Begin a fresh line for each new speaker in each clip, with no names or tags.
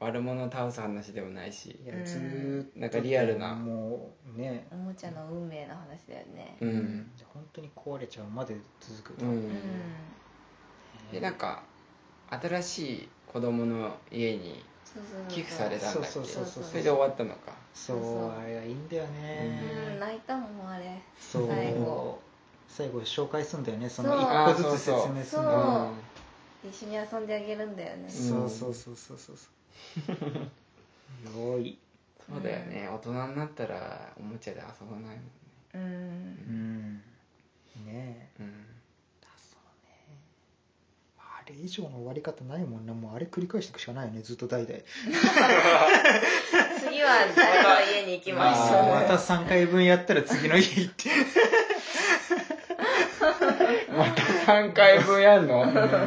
悪者を倒す話でもないし
いや
うん
ずーっと
なんかリアルな
もうね
おもちゃの運命の話だよね
うん
本当に壊れちゃうまで続く
う
と、
ん
うん、
でなんか新しい子供の家に
そうそうそう
寄付されたんだっけ
そうそうそうそう
それで終わったのか
そう
そうそう
あれはいいんだよね、
うん泣いたもんあれ
そう
最後
最後紹介すんだよねそ
そう
の一個ずつ説明すんだよね
そう一緒に遊んであげるんだよね
そ
そうう
そ
そううそうそうそうそうよーい
うんそうだよね大人になったらおもちゃで遊ばないもんね
うん
うんねえ
うん
あれ以上の終わり方ないもんなもうあれ繰り返していくしかないよねずっと代々
次は誰の家に行きま
あ
し
ー
ょう
また3回分やったら次の家行って
また3回分やんのまたどっか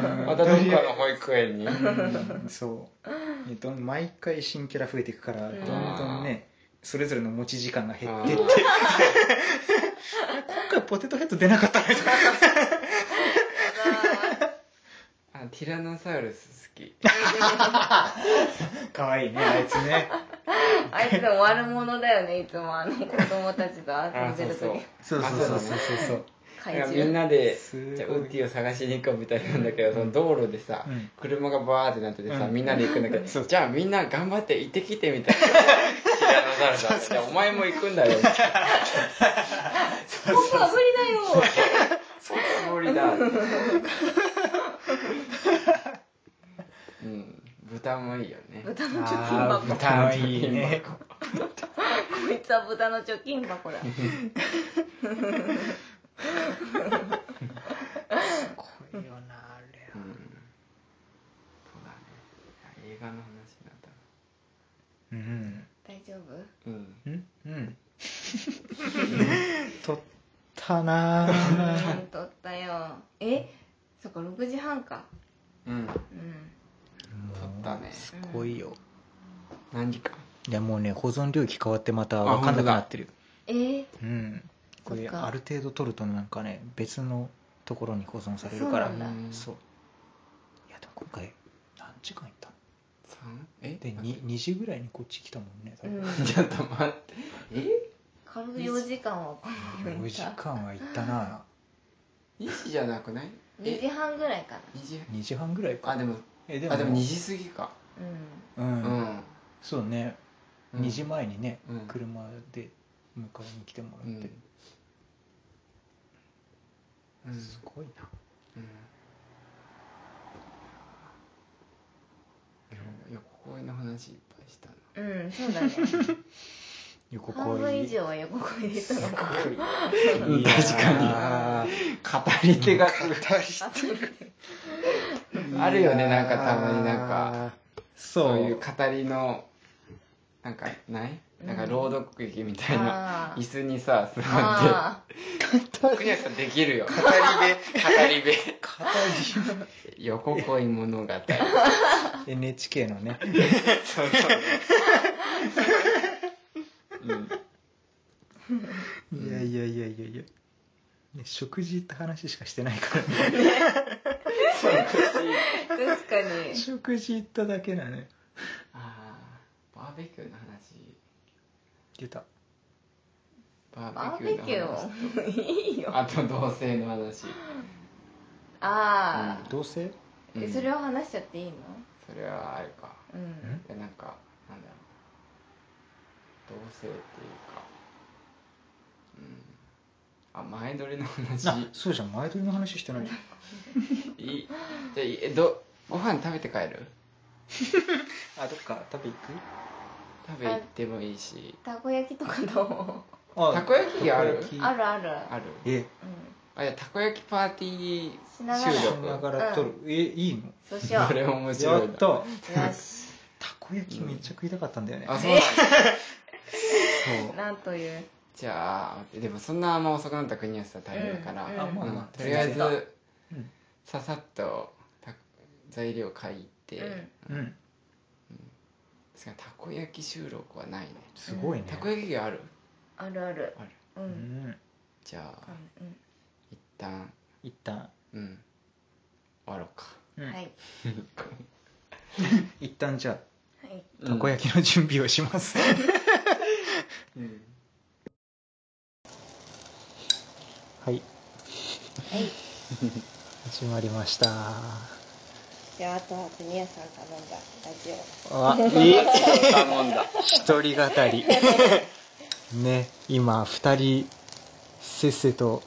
の保育園に
うん そうどん毎回新キャラ増えていくからどんどんねそれぞれの持ち時間が減ってって今回ポテトヘッド出なかったね
あティラノサウルス好き
かわいいねあいつね
あいつ悪者だよねいつもあの子供たちと遊
あ
ん
そ
で
う
る
そう
時
そうそうそうそうそう
だ
怪
からみん
獣
なです
ごい
じゃあウッディを探しに行こうみたいなんだけど、その道路でさ、
うん
車がバーってなっててさ、
うん
みんなで行くんだけど、
そう
じゃあみんな頑張って行ってきてみた いな知らなされたじゃあお前も行くんだよみたいな
僕は無理だよ
無理だうん豚もいいよね
豚の貯金
あー
箱
豚はいいね
こいつは豚の貯金箱だ
こいよなあれ
うんそうだね映画の話になった
うん
大丈
う
夫
ん
うんうん撮ったなあ
うん撮ったよえそっか6時半か
うん
うん
撮ったね
すごいよ
何時間
いやもうね保存領域変わってまた分かんなくなってる
えー
うんこれ
そっか
ある程度取るとなんかね別のところに保存される
そ
か
う
ら
な
そ
ん
う
だ
いやでも今回何時間いったの
三え
で 2, 2時ぐらいにこっち来たもんね多
うん
分、
ちょっと待ってえ
軽く4時間はこのよう
4
に
時
さ
間はいったな
2時じゃなくない
2時
え
半ぐらいかな
二時
2時半ぐらいか
あでも
えで
あでも2時過ぎか
う
う、
うんん
そうね、
うん
2時前にね、
うん
車で迎えに来てもらって、
うんうん
すごいな
うん横恋の話いっぱいしたなん
うんそうだね
横
半分以上は横声で言ったのか
うん確か
に
語り手があるよねなんかたまになんか
そ
そう
う
いう語りのなんかないなんか朗読劇みたいな
あー
椅子にさ座っ
あ
て国吉さんできるよ語り部語り部 横恋物語
NHK のね
そう そううん
いやいやいやいやいや、ね、食事って話しかしてない から、ね、
ー確かに
食事行っただけだね
あーバーベキューの話
出た
バ
バ
ー
ー
ベ
ベ
キ
キ
ュー
ュ
の話
ーいいよあ
あと同性の話
あ
どうせ
ー、
うん
えそれを話しちゃっていいの
それはあれか
うん
でなんかなんだろう同性っていうかうんあ前撮りの 話
あそうじゃん前撮りの話してないじ
いいじゃあいえどご飯食べて帰る
ゃんあどっか食べ行
食べ行ってもいいした
こ焼きとかど
くあ
たこ焼きある
たこ
う
焼き
あるある
ある
え
う
あいやたこ焼きパーティー
しなが
収
ら
し
録
ながら撮る、えいいの
んそうしよ
こ
う
れ
よ
面
や
白い
っ
な
た
した
こ焼きめっちゃ食いたかったんだよね、
あそうなんだ
そう
なんという
じゃあでもそんなあんま遅くなったら国安さん大変だから、
う
う
ん
ん
うんあ
まあまあ
とりあえ
全然
ず
うん
ささっとた材料買いって、
うん
うん
確かにたこ焼き収録はないね
すごいね、
たこ焼き器ある
あるある
ある
うん、
う
うん
ん
じゃあ一旦
一旦
うん終わろうか
う
うんん、はい
一旦じゃあ
はい
たこ焼きの準備をします、
うん
はい
はい
始まりました
じゃああとは国屋さん頼んだラジ
あ
頼んだ
一人語り ね今二人せっせ と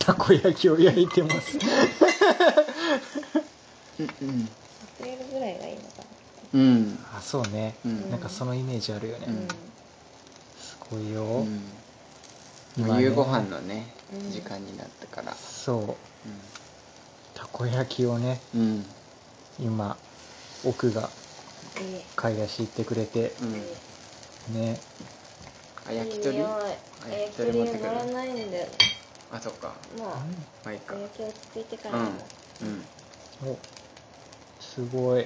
たこ焼きを焼いてます
うん
オアプリルぐらいがいいのか
うん
あそうね、
うん
なんかそのイメージあるよね、
う
なうん
ん
すごいよ、
うん
今
もう
ね
夕ご飯のね
うん
時間になったから
そうたこ焼きをね
うんうん
今奥が
いい
買い出し行ってくれて
うん
ね
あ焼き鳥
いい匂い
あ
焼
焼
き
き
鳥
鳥持
乗
ってくる
らないんだよ
あそっか
もう
まあいいか
お
うん
焼き落ち着いてからも、
うん
おすごい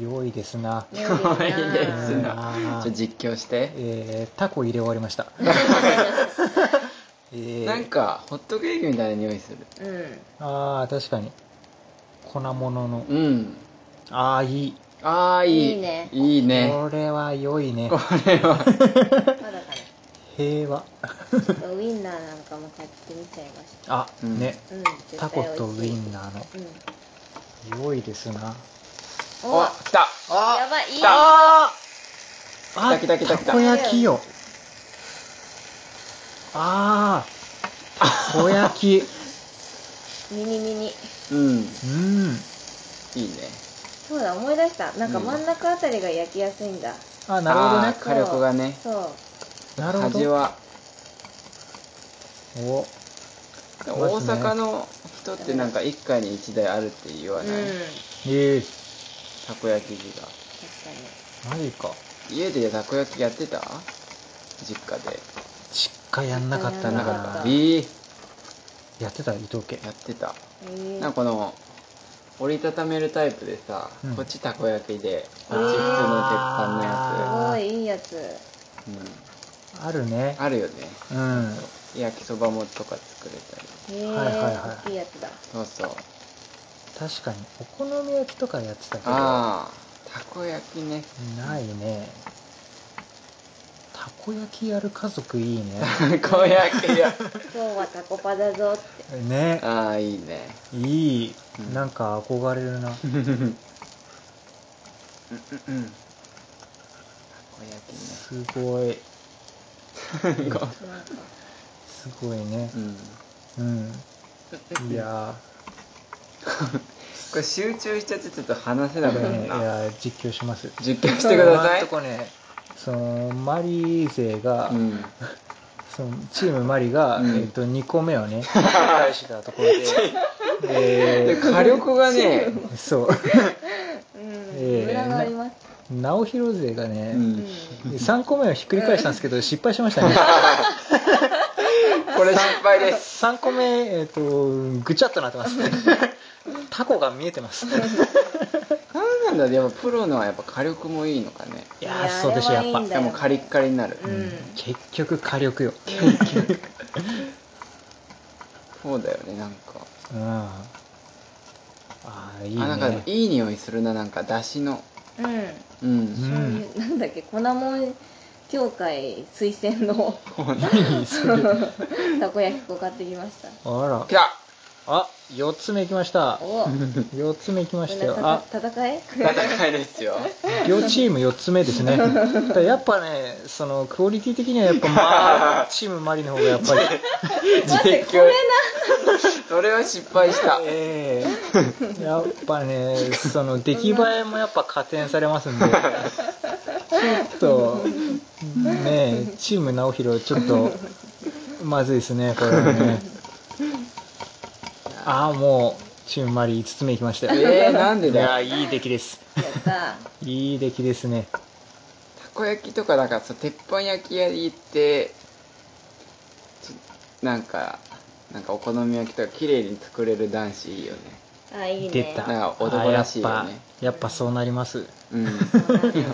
良いですな
匂
かわい いで
な
す
う
なんちょ実況して
えー、タコ入れ終わりましたえー、
なんかホットケーキみたいな匂いする
うん
ああ確かに粉物の
うん
ああいい
ああいい
いいね
いいね
これは良いね
これは
まだかな
平和
ちょっとウインナーなんかも買ってみちゃいまし
あ、
うん
ね
たうん絶
タ
対
コ
美味しい
とウインナーの
うん
良いですな
お
お来た
やばいいい
あ
来た来た来た来た
たこ焼きよああ たこ焼き
ミニミニ
うん
うん
いいね
そうだ思い出したなんか真ん中あたりが焼きやすいんだ、
あなるほど
あ
ね
ー火力がね
そう
なるほ
味
ど
は
お
大阪の人ってなんか一家に一台あるって言わ
うん
ない、
確か
えー、
たこ焼き器が
マジか
家でたこ焼きやってた実家で
しっかりやんなかった
やん
な
なかった
ええ
やってた伊藤家
やってた
にえ
なんかこの折りたためるタイプでさ、
うん
こっちたこ焼きでこっ
あー
ち普通の鉄板
すごいいいやつ
のやつ、
あるね
うん、あるよね
うん
焼きそばもとか作れたり
へえ、
はいはいはい
いいやつだ
そうそう
確かにお好み焼きとかやってたけど
ああたこ焼きね
ないねたこ焼きやる家族いいね
たこ焼きや
今日はタコパだぞって
ね
ああいいね
いい
うん
なんか憧れる
う
な
んうんうんたこ焼
すごい
きねこ
なんか
すごいね
ううん
うんいや
これ集中しちゃってちょっと話せ
ー
な
こ
く
れ
な
ね
る
い
な
や実況します
実況してくだ
今
さ
ん
い
とこねそのマリー勢が、
うん
そのチームマリが、
うん
えっと2個目をね返したところで
で
で
火力がね
そう
うん
え
ムラがあります
直弘勢が
う
ね、
ん
3個目をひっくり返したんですけど失敗しましたね
これ失敗です
3個目、えっとぐちゃっとなってますタコが見えてます
なんなんだでもプロのはやっぱ火力もいいのかね
いやーそうでしょやっぱ
いやあれはいいんだ
でもカリッカリになる
うん
結局火力よ、
そうだよねなんか
うん、ああいいね
あなんかいい匂いするななんかだしの
うん、うん
うん
そういうなんだっけ粉もん協会推薦の
何それ
たこ焼き粉買ってきました
あら
きた
あ四4つ目いきました
お
4つ目いきましたよ
な
あ
んかた戦い
戦いです よ
両チーム4つ目で すねだからやっぱねそのクオリティ的にはやっぱま あチームマリの方がやっぱり
待ってこれ
それは失敗した
ええやっぱねその出来栄えもやっぱ加点されますんでちょっとねえチーム直弘ちょっとまずいですねこれはねああもうチームマリ5つ目いきましたよ
えー、なんで
い
だ
や
よ
いい出来です
なやった
いい出来ですね
たこ焼きとかだからそう鉄板焼き屋に行ってちょなんかなんかお好み焼きとか綺麗に作れる男子いいよね
あいいね
出た
なんか男らしいよね
あやっぱやっぱそうなります
うん
そうなんだよ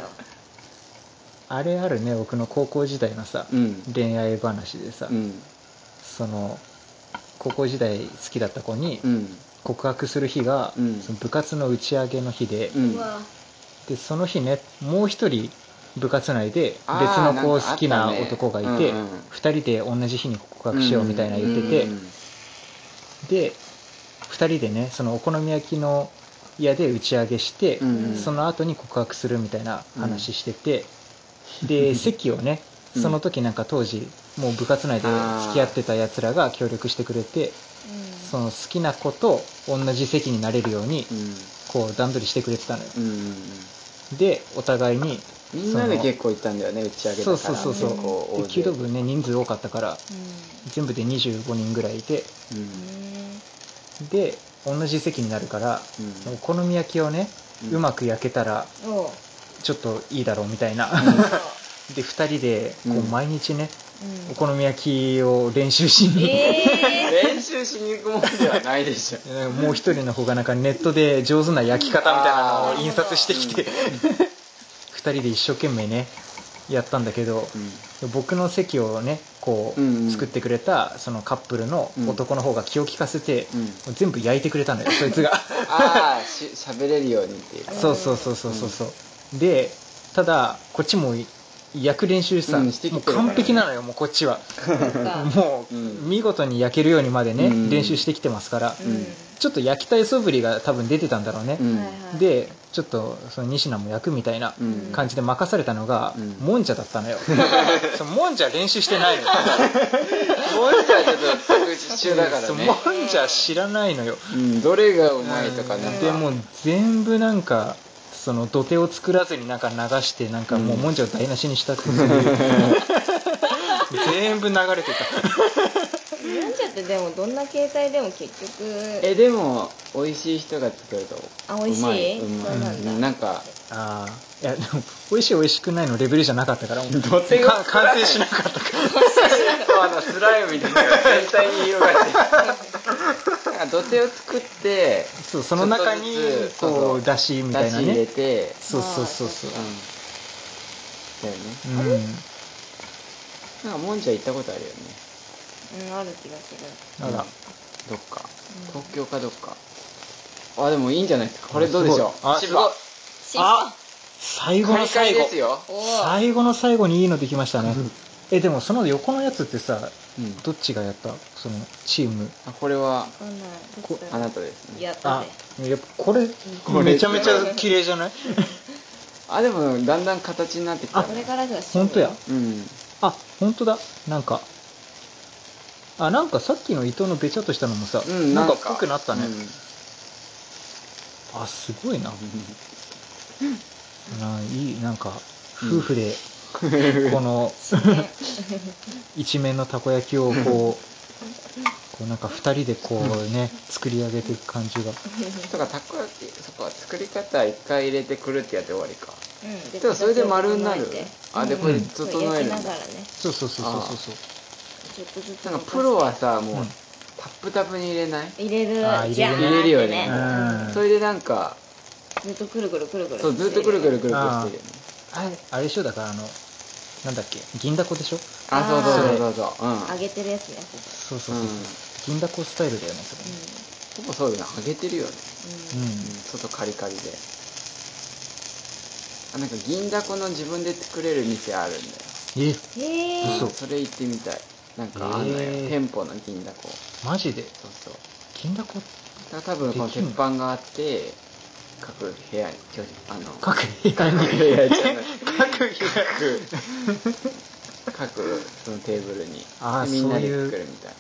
あれあるね僕の高校時代のさ、
うん
恋愛話でさ、
うん
その高校時代好きだった子に、
うん
告白する日が、
うん
その部活の打ち上げの日で,、
うん
うわ
でその日ねもう一人部活内で別
あー
の
なん
子
かあっ
を
たね
好きな男がいて、
うんうん
二人で同じ日に告白しようみたいな言ってて、
うん
で二人でねそのお好み焼きの屋で打ち上げして、
うんうん
その後に告白するみたいな話して て、で席をね
うん
その時なんか当時もう部活内で付き合ってたやつらが協力してくれてその好きな子と同じ席になれるように
うん
こう段取りしてくれてたのよ
うんうんうん
でお互いに
みんなで結構行ったんだよね打ち上げだか
そう
ら
そうそうそ
結
うで弓道部ね人数多かったから全部で25人ぐらいいて
うんうん
で同じ席になるから
うん
お好み焼きをね
うん
うまく焼けたら
うんおう
ちょっといいだろうみたいな で2人でこう
うん
毎日ね
うん
お好み焼きを練習しに
え
練習しに行くもんではないでしょ
えーもう一人の方がなんかネットで上手な焼き方みたいなのを印刷してきて二人で一生懸命ねやったんだけど僕の席をねこ
うんうん
う作ってくれたそのカップルの男の方が気を利かせて
うん
全部焼いてくれたん だよそいつが
ああし喋れるようにっていうか
そうそうそうそうそうそうでただこっちも焼く練習さ、
う
も
んしてきて
う
るからね
完璧なのよもうこっちは
ー、そっか
もう
うん
見事に焼けるようにまでね、
うん
練習してきてますから、
ん
ちょっと焼きたい素振りが多分出てたんだろうね、
うん
はいはい
でちょっとその西名も焼くみたいな
うん
感じで任されたのが、
うん
もんじゃ だったのよそのもんじゃ練習してないのよ
もんじゃちょっと全く一緒だから
そう
ね
もんじゃ知らないのよ
うんどれがうまいとかなんか
でもう全部なんかその土手を作らずになんか流してなんかもうもんじゃを台無しにしたっていう、 全部流れて
飲んじゃってでもどんな携帯でも結局
えでも美味しい人が作ると
あ美味し
うまい
いう
ま
そうないんだ
なんか
たああいやでも美味しい美味しくないのレベルじゃなかったからもう
土手が
か完成しなかったから
あのスライムみたいなのが全体に広がってなんか土手を作って
そうその中に
ちょっとずつそうそ
こ
う
うだしみた
出
い
し
な
入れ
ね
て
そうそうそうそう
うんだよね
うん
なんかもんじゃ行ったことあるよね
うんある気がする
あら
どっか
うん
東京かどっかあでもいいんじゃないですかこれどうでしょう
すごいあ
渋谷
し
あ最後
カ
の
リカリ
最
で
後
すよ
おー
最後の最後にいいのできましたねえでもその横のやつってさ
うん
どっちがやったそのチーム
あこれは
わかんない
こ
あなたですね
やった
あ
ぜ
やっぱこれ
これ
めちゃめちゃ綺麗じゃない
あでもだんだん形になってきた
あ
これからじゃ勝負
本当や
うん
あ本当だなんかあなんかさっきの伊藤のべちゃっとしたのもさ、
うん
なんか濃くなったね、
うん
あすごいな ないいなんか夫婦でこの一面のたこ焼きをこうこうなんか二人でこうね作り上げていく感じが
とかたこ焼きそっか作り方一回入れてくるってやって終わりか
うん
でもそれで丸になるあでこ
れ
整える
そう焼き
の
ながらね
そうそうそうそうそうそう
ちょっとずつ
なんかプロはさもう、
うん
タップタップに入れない
入れる
あ入れる
じゃん
入れるよね
って
うん
それでなんか
ずっとくるくるくるくる
そうずっとくるくるくるくるしてるよね
あれあれでしょだからあのなんだっけ銀だこでしょ
あ
あー
そうそうそうそうそううん
揚げてるやつねこ
そうそう
う
そう、
ん
銀だこスタイルだよねそれ
こ
ね
ほぼそうだよね揚げてるよね、
うん、
うん、外カリカリであなんか銀だこの自分で作れる店あるんだよ
え
うんへえ
嘘
それ行ってみたいなんかあんのよ、
へー
店舗の銀だこ
マジで
そうそう
銀だこ
だから多分この
でき
鉄
んの
板があって各部屋に巨人あの
各部屋
各
に
部屋じゃない各各そのテーブルに
あー
みんな
そう
で
いう
作るみたい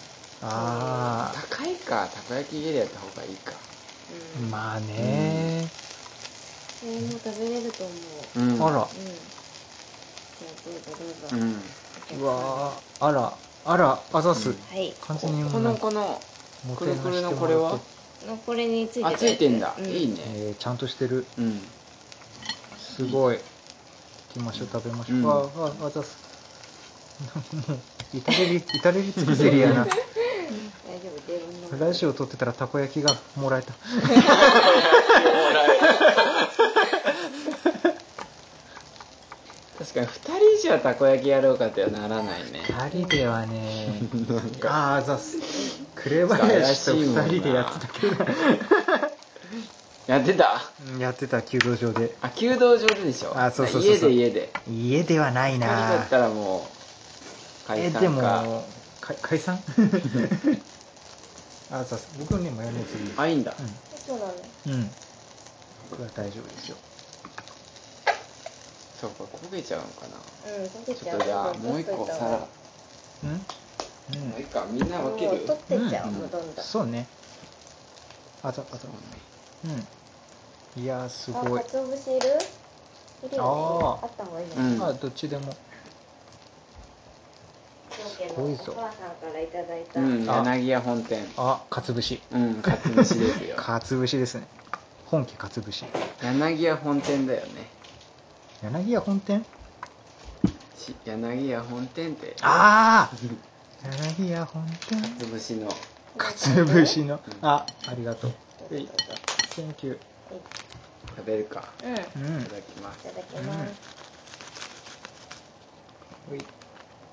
ああ
高いかたこ焼き家でやった方がいいか
うん
まあね
それも食べれると思う
うん
あら
うんじゃあどうぞどう
う
ぞ
ん
うわーあらあらあざす、
うん
はい
完
こ
全にもう
このこの
も
く
てな
る
して
く
もら
る
って
のこれは
のこれについてる
あ
やつ
ついてんだいいね
えーちゃんとしてる
うん
すごい行きましょう食べましょう、
うん
あああざすもう至れり至れり尽くせりや な
大丈夫出るの
ラジオ撮ってたらたこ焼きがもらえた
確かに2人じゃ たこ焼きやろうかってはならないね
二人ではね あああざす紅林と2人でやってたけど
やってた
うんやってた弓道場で
あ弓道場ででしょ
あそうそうそうそう
家で家で
家ではな
一
い
人だ
な
ったらもう解
え
散
で
か
もか解散 あそうそう僕ねマヨネーズいいです
あいいんだ、
そうなの
うん、うん、僕は大丈夫ですよ
そうか焦げちゃうのかな
うん、溶け
ち
ち
ょ
ゃ
っ
う
とじゃあもう一個皿も
うん
う一個みんな分け
もう
る
取ってっちゃう、
うん
もうどんどん
そうねあとあとうんいやーすごい
あ、かつお節いるいるよね
あー
あった方がいいね、
う
うん
ん
まあどっちでも
け
ご
の
い
お
ぞ
母さんからいただいた、
うん
あ
柳屋本店
あかつぶし
うんかつぶしですよ
かつぶしですね本家かつぶし
柳屋本店だよね
柳屋本店
し柳屋本店ってか
ああ柳屋本店
つぶしの
かつぶしのあありがとう
どうぞどうぞ
Thank you
食べるか
うん、
うん
い
いただきます
ただきます、
ういう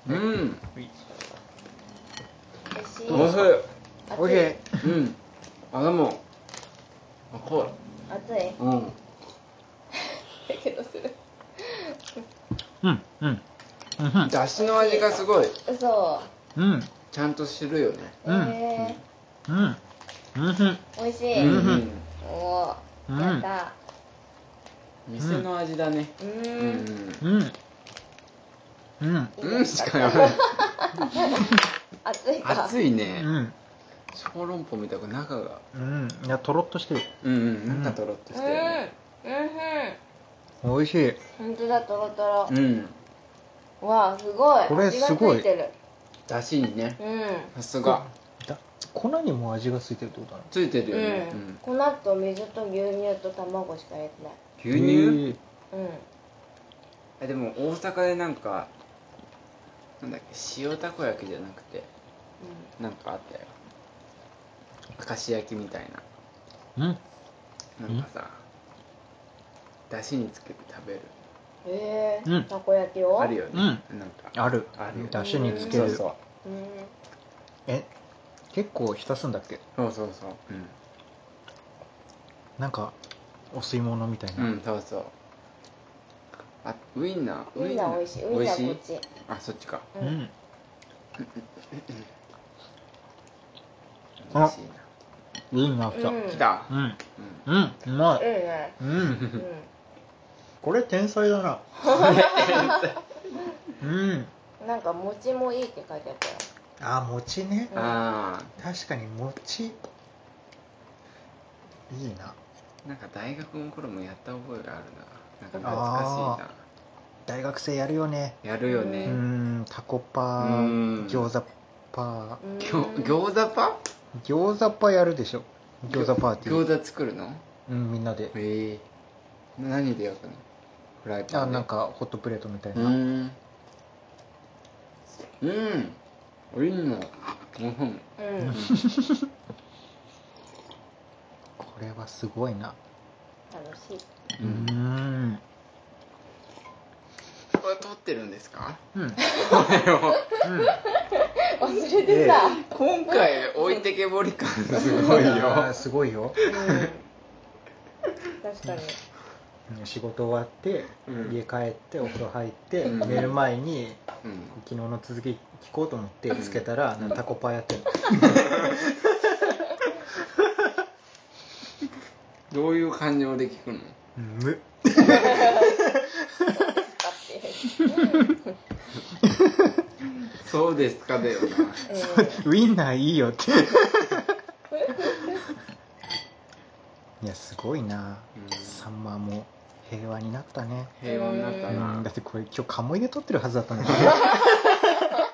うん
ん
うい
美味しい
おいしい
熱い
おいしい
うんあでもあこ
熱いう
うん
だけどする
うんうんうん
だしの味がすごい
嘘
うん
ちゃんとするよね
うん
え
うんうん
ー、美味し
う
い、
ん
お
うん
おやった
店の味だね
う
う
ーん
ん
うんうん
うんしか言わない
熱いか
熱いね
うん
小籠包みたいな中が
うんいやとろっとしてる
うんうん中とろっとしてるね
うんうん
美味しい
本当だとろとろ
うん
わあすごい
これすごい
味がついてる
だしにね
うん
さすが
だ粉にも味がついてるってことなの
ついてるよね
う、ん、粉と水と牛乳と卵しか入れてない
うん、牛乳
うん
えでも大阪でなんかなんだっけ塩たこ焼きじゃなくてなんかあったよ明石焼きみたい
うん
ななんかさだしにつけて食べる
うんへえ
うん
たこ焼きを
あるよね、なんか
ある
あるよ
だしにつけ
そう
る
そう
うん
え結構浸すんだっけ
そうそうそううん
なんかお吸い物みたいな、
うん、そうそう。あ、ウインナー。
ウインナー美味しいウインナーこっち
あ、そっちか。
う
美
んあ
味しいな。
ウインナー
うん
来
来
た
たう。ん
うん
うんうま
いい
い
ね
う
うんん
これ天才だ なうん
なんか餅もいいって書いてあったよ
あ餅ね
あ
確かに餅いいな
あ、なんか大学の頃もやった覚えがあるな。なんか懐か
あ大学生やるよね
しいな。やるよ
う
ね。
んタコパ
うん
餃子パ
うん
ぎょ餃子パ
餃子パやるでしょ餃子パーティー
餃子作るの
うんみんなで
へえ。何で焼くのフライパ
あ
ンで。
なん。かホットプレートみたいうな、
ーん。うん。ウインナー。うん。
うん
これはすごいな
楽しい
うん。
ん
これ撮ってるんですか
うん
忘れてた
今回置いてけぼり感す
す
ごいよ
すごいよ
うん確かに
うん仕事終わって、
うん
家帰ってお風呂入って、
うん
寝る前に
うん
昨日の続き聞こうと思って
うん
つけたら、なんかタコパやってる
どういう感情で聞くの
む
使って
そうですかだよな
う
ウインナーいいよって いやすごいな、
うん
サンマーも平和になったね、
平和になった
うん
な
だってこれ今日鴨居で撮ってるはずだった んだか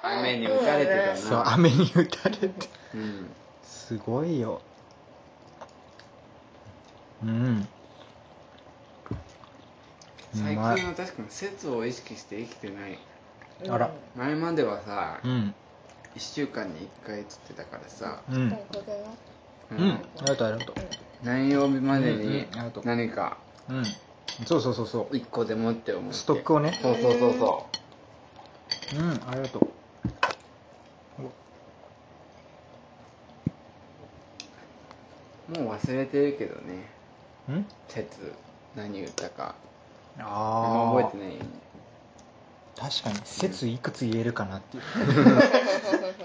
ら、
雨に打たれてた
そう
な
雨に打たれて
うん
すごいようんう
最近
まい
は確かに節を意識して生きてない
ん
あら
前まではさ
うん
1週間に1回撮ってたからさ
う
うん
ん
これが
う
うん
ん
ありがとうありがとう
何曜日までに
うんうんありがとう
何か
うんそうそうそうそう
1個でもって思って
ストックをね
そうそうそうそ
うんありがとう
もう忘れてるけどね
ん
説何言ったかあん
あ
ま
あ
覚えてないよね
確かに説いくつ言えるかなっていう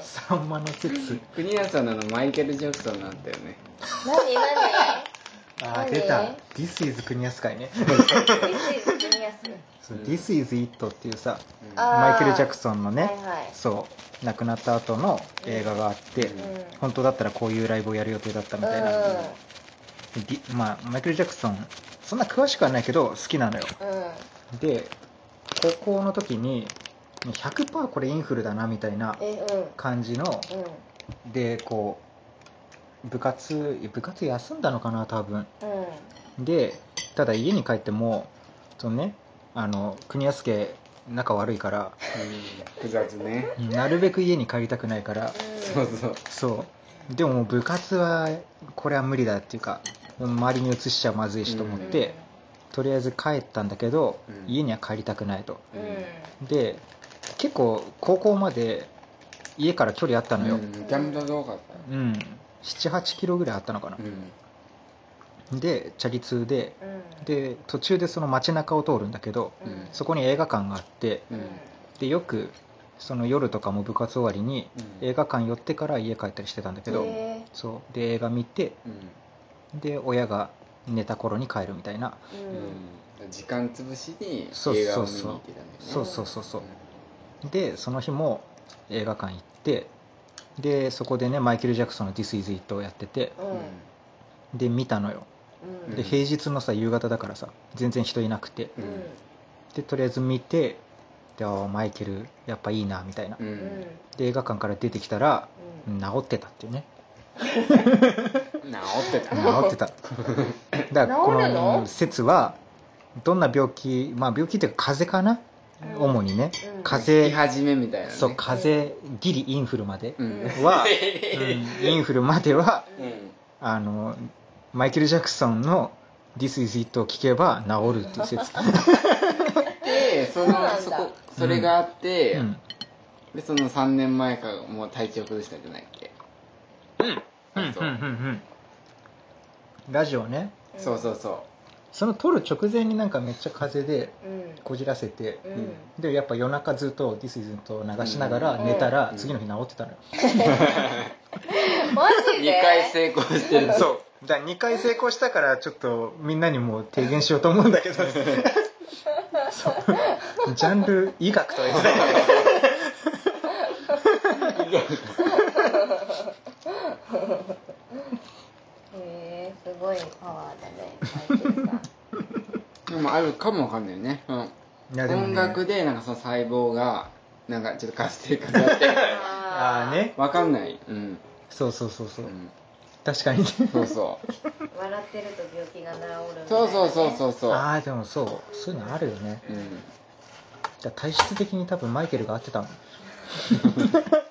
さんまの説
国安さんのあのマイケル・ジャクソンなんだよね
何何
ああ
何
出た「This is 国安会 ね」
This is 国安
そう「This is It」っていうさ
うん
あー
マイケル・ジャクソンのね、
はいはい
そう亡くなった後の映画があって、
ん
本当だったらこういうライブをやる予定だったみたいな、でまあ、マイケル・ジャクソンそんな詳しくはないけど好きなのよ
うんうん
で高校の時に100%これインフルだなみたいな
えう
感じの
んうん
でこう部活部活休んだのかな多分
うん
でただ家に帰ってもそのねあの国安家仲悪い から
複雑ね
なるべく家に帰りたくないから
そうそう
そうでももう部活はこれは無理だっていうか周りに移しちゃまずいしと思って、とりあえず帰ったんだけど、
うん
家には帰りたくないと
うん
で結構高校まで家から距離あったの
う
よ
んめちゃめちゃ遠かったよ
うん、78キロぐらいあったのかな
う、ん
でチャリ通で
うん
で途中でその街中を通るんだけど
うん
そこに映画館があって
うん
でよくその夜とかも部活終わりに
うん
映画館寄ってから家帰ったりしてたんだけど、
へ
そうで映画見て
うん
で親が寝た頃に帰るみたいな、
ーうん
うん時間潰しに
そう
映画
そ
を
う
見に
そう
行ってたんだよね
そうそうそうそうでその日も映画館行ってでそこでねマイケル・ジャクソンの「This is It」をやってて
うん
で見たのよ
うん
で平日のさ夕方だからさ全然人いなくて
うん
でとりあえず見てでああマイケルやっぱいいなみたいな
うんう
うんうん
ん
で映画館から出てきたら
う
治
ん
ってたっていうね
治ってた
治って ただからこ
治るの
の説はどんな病気まあ病気っていうか風邪かな
うん
主にね
うん
風
き
邪
始めみたいなね
そう風邪ギリインフルまで
うん
は、うんインフルまでは
うん
あのマイケル・ジャクソンの「This is It」を聞けば治るってい う説
でそ
そう
の
なんだ
そこそれがあって、
うん
でその3年前からもう体調崩したんじゃないっけ
うん
そう
うんうんうんラジオね
そうそうそ
その撮る直前になんかめっちゃ風邪で
うん
こじらせて
うん
でやっぱ夜中ずっと「This is It」を流しながら寝た
う
ら
ん
次の日治ってたのよ
う
マジ
2
で
回成功してる
そうだから2回成功したからちょっとみんなにもう提言しようと思うんだけどそうジャンル医学とは言えない
へえすごいパワーだねマイケルさん
でもあるかもわかんないよねその
いやでもね
音楽でなんかその細胞がなんかちょっと活性化さ れて
ああね
わかんないうん、、
そうそうそうそううん確かにね
そうそう
笑ってると病気が治るみたいなね
そうそうそうそうそう
ああでもそうそういうのあるよね
うん
だから体質的に多分マイケルが合ってたの
確か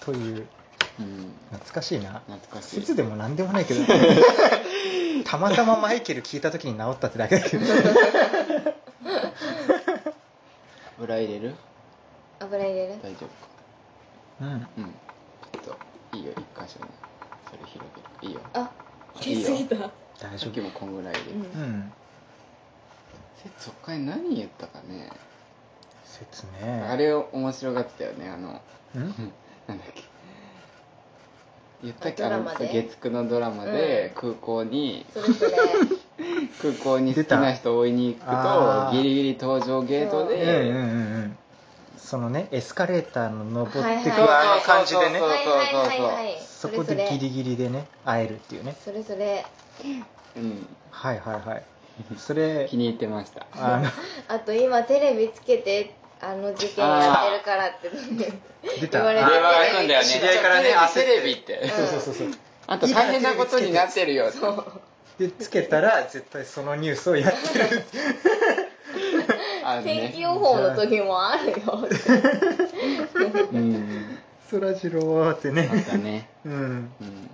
という
うん
懐かしいな
懐かしい
説でも何でもない けどたまたまマイケル聞いた時に治ったってだけだけど
油入れる
に油入れる
大丈夫か
うん
うんそういいよ一箇所ねそれ広げるいいよ
あ
いいよ
過ぎた
大
さ
丈
っき
夫
もこんぐらい入れる、
うん
うん
そっかに何言ったかね、
説
あ
ね
れを面白がってたよねあの
うん
なんだっけ言ったっけ
あ
あ
ドラ
の
マで
月9のドラマで空港に、
それそれ
空港に好きな人を追いに行く
出たあ
と
ー
ギリギリ搭乗ゲート
うんうんう
で、
んうんそのねエスカレーターの登っ
そ
てく
うそう
あの感じでね
そうそうそうそう
そこでギリギリでね会えるっていうね
それそれ
うん、
はいはいはいそれ
気に入ってました
あの
あと今テレビつけてあの事件やってるからって
出
言われ
た
て
電話が来
る
るんだよね
知
り合いからね
テレビって
そうそう
そうそう
あんた大変なことになってるよ
でつけたら絶対そのニュースをやってる
あの
天気
ね
予報の時もあるよ
うん
そらジローって
あっ
ね
たね
うん
うん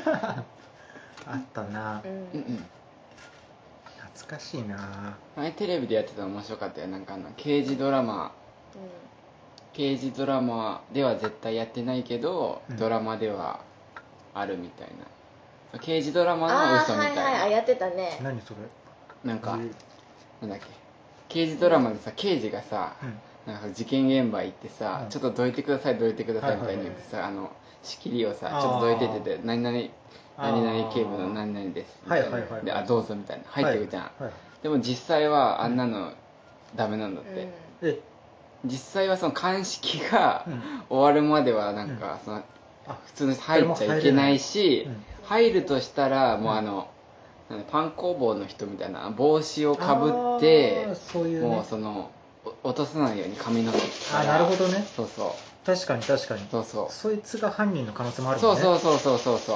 あったな
うん
うんうん
懐かしいな
前テレビでやってたの面白かったよなんかあの刑事ドラマ刑事ドラマでは絶対やってないけど、
うん
ドラマではあるみたいな刑事ドラマの
ああ
嘘
ー
み
はい
たい
はい
な、
あやってたね
何それ
なんか
うん
なんだっけ刑事ドラマでさ刑事がさ、なんか事件現場行ってさ、
うん
ちょっとどいてくださいどいてくださいみたいに言ってさ、あの仕切りをさちょっとどいてってて「何々何々警部の何々です」みたな
はいはいはい
であどうぞ」みたいな入ってくじゃん、
はいはい
でも実際はあんなのダメなんだっ
う
て、
ん
え
実際はその鑑識が
うん
終わるまではなんか、その
あ
普通の人入っちゃいけないし
誰も入れない
入るとしたらもうあの、なんだパン工房の人みたいな帽子をかぶって
あーそういうね
もうそのお落とさないように髪の毛
あなるほどね
そうそう
確かに確かに
そうそう
そいつが犯人の可能性もある
そ
も
うん
ね
そうそうそうそうそ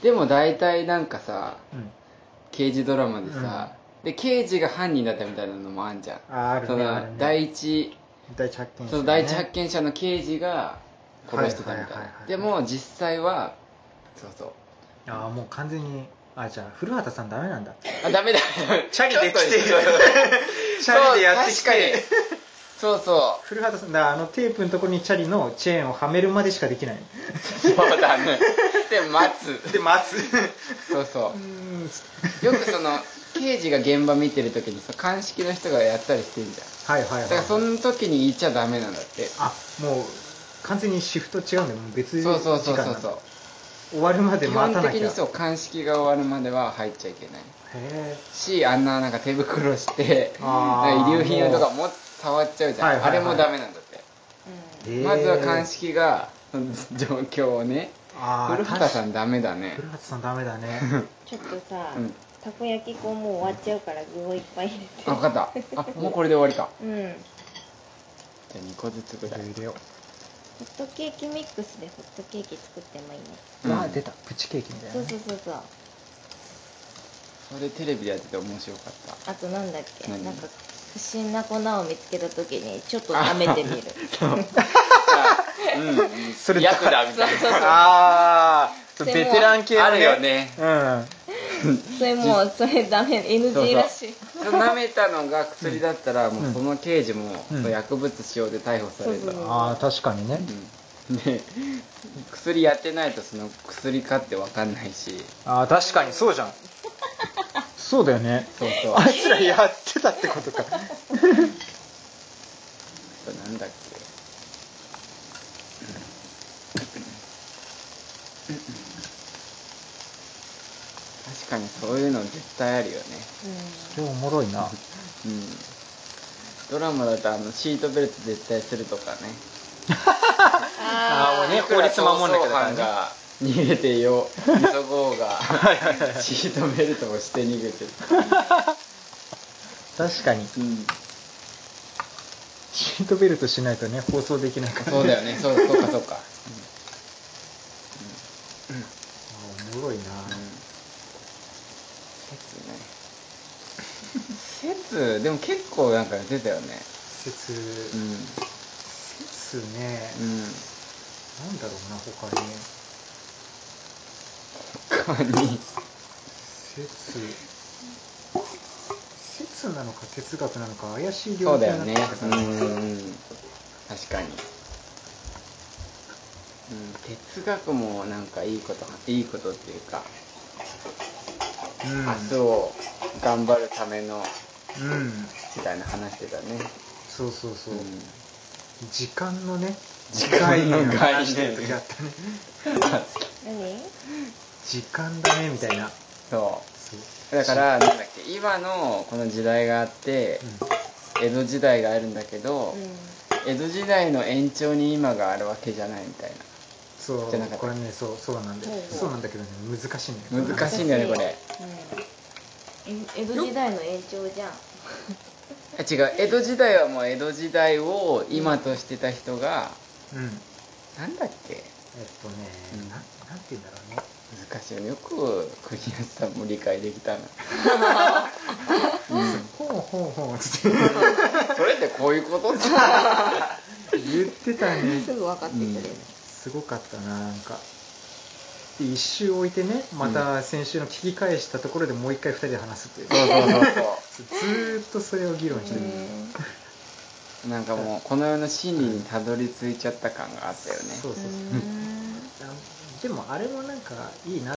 うでも大体なんかさ
うん
刑事ドラマでさ、で刑事が犯人だったみたいなのもあんじゃん
あある
そ
ねあるね
の第一
第一発見者ね
その第一発見者の刑事が殺してたみたい
はいはいはいは
ないでも実際はそうそう
ああもう完全にあじゃあ古畑さんダメなんだ
あダメだ
チャリで来て
ちょっと
チャリでやってき
そう確かに
て
そうそ
古畑さんだからあのテープのところにチャリのチェーンをはめるまでしかできないう
そうだねで待つ
で待つ
そうそう
ー
う
ん
よくその刑事が現場見てる時にさ鑑識の人がやったりしてんじゃん
はいはい
だからそ
はい
の時に言っちゃダメなんだって
あもう完全にシフト違うんだよもう別時
そ
間
うそうそう
な
そ
ん
う
だ
そう
終わるまで
基
待
本
たな
的
き
に
ゃ
そう鑑識が終わるまでは入っちゃいけない
へ
しあんななんか手袋して
あー
なんか遺留品とかも触っちゃうじゃん、
はいはいはい
あれもダメなんだって、
う
え
まずは鑑識がその状況をね
あー
古畑さ
確
んダメだね
か古畑さんダメ だね
んちょっとさ、
うん
たこ焼き粉もう終わっちゃうから具をいっぱい入れて
あ分かったあもうこれで終わりか
うん
じゃあ2個ずつぐらい
入れよ
ホットケーキミックスでホットケーキ作ってもいいね
う
うん
あ出たプチケーキみたい
そ
な
う
ね
そうそうそう
それテレビでやってて面白かった
あとなんだっけ
何
なんか不審な粉を見つけた時にちょっと舐めてみる
うん
それ
役だみたいな
ああ
でもベテラ
あ
ン
るよね
うん
それもうそれダメ
そうそう
NG らしい
舐めたのが薬だったらもうその刑事も
うん
そう薬物使用で逮捕され
そう
た
そう
ああ確かにね
うんで薬やってないとその薬かって分かんないし
ああ確かにそう じゃんそうだよね
そうそう
あいつらやってたってことか
あとなんだっけ確かにそういうの絶対あるよね
でもおもろいな
うんドラマだとあのシートベルト絶対するとかね
あーもうね法律守んなきゃだからね
いくら逃走犯が逃げてよ急ごうが シートベルトをして逃げてる
確かに
うん
シートベルトしないとね放送できないから
そうだよねそうそうかそうか
あーおもろいな
説ね説でも結構なんか出たよね
説
うん
説ね
うん
なんだろうな他に
他に
説説なのか哲学なのか怪しい領
そ
域
うだよね
になってきた
う
から
ん確かに、うん、哲学もなんかいいこといいことっていうか
うん
明日を頑張るための
うん
みたいな話してたね
そうそうそう、
ん
時間のね
時間の概念
話してる時あったね
何
時間だねみたいな
そ
そう
うだからなんだっけ今のこの時代があって江戸時代があるんだけど、
うん
江戸時代の延長に今があるわけじゃないみたい
そう
じゃなかった
これねそうそうなんだよ
ほうほう
そうなんだけどね難しいんだよ
な難しいんだよねこれ
うんえ江戸時代の延長じゃん
あ違う江戸時代はもう江戸時代を今としてた人が
うんえっ
なんだっけ
とね、
うん
なんなんて言うんだろうね
難しいよねよく国安さんも理解でき たな
ほうほうほうつって
それってこういうことって
言ってたね
すぐ分かってくれる、
すごかったななんかで一周置いてねまた先週の聞き返したところでもう一回二人で話すって
そ
いう、
うそうそうそう
ずーっとそれを議論してる、
うん
なんかもうこの世の真理にたどり着いちゃった感があったよね
そうそうそう
ーん
でもあれもなんかいいな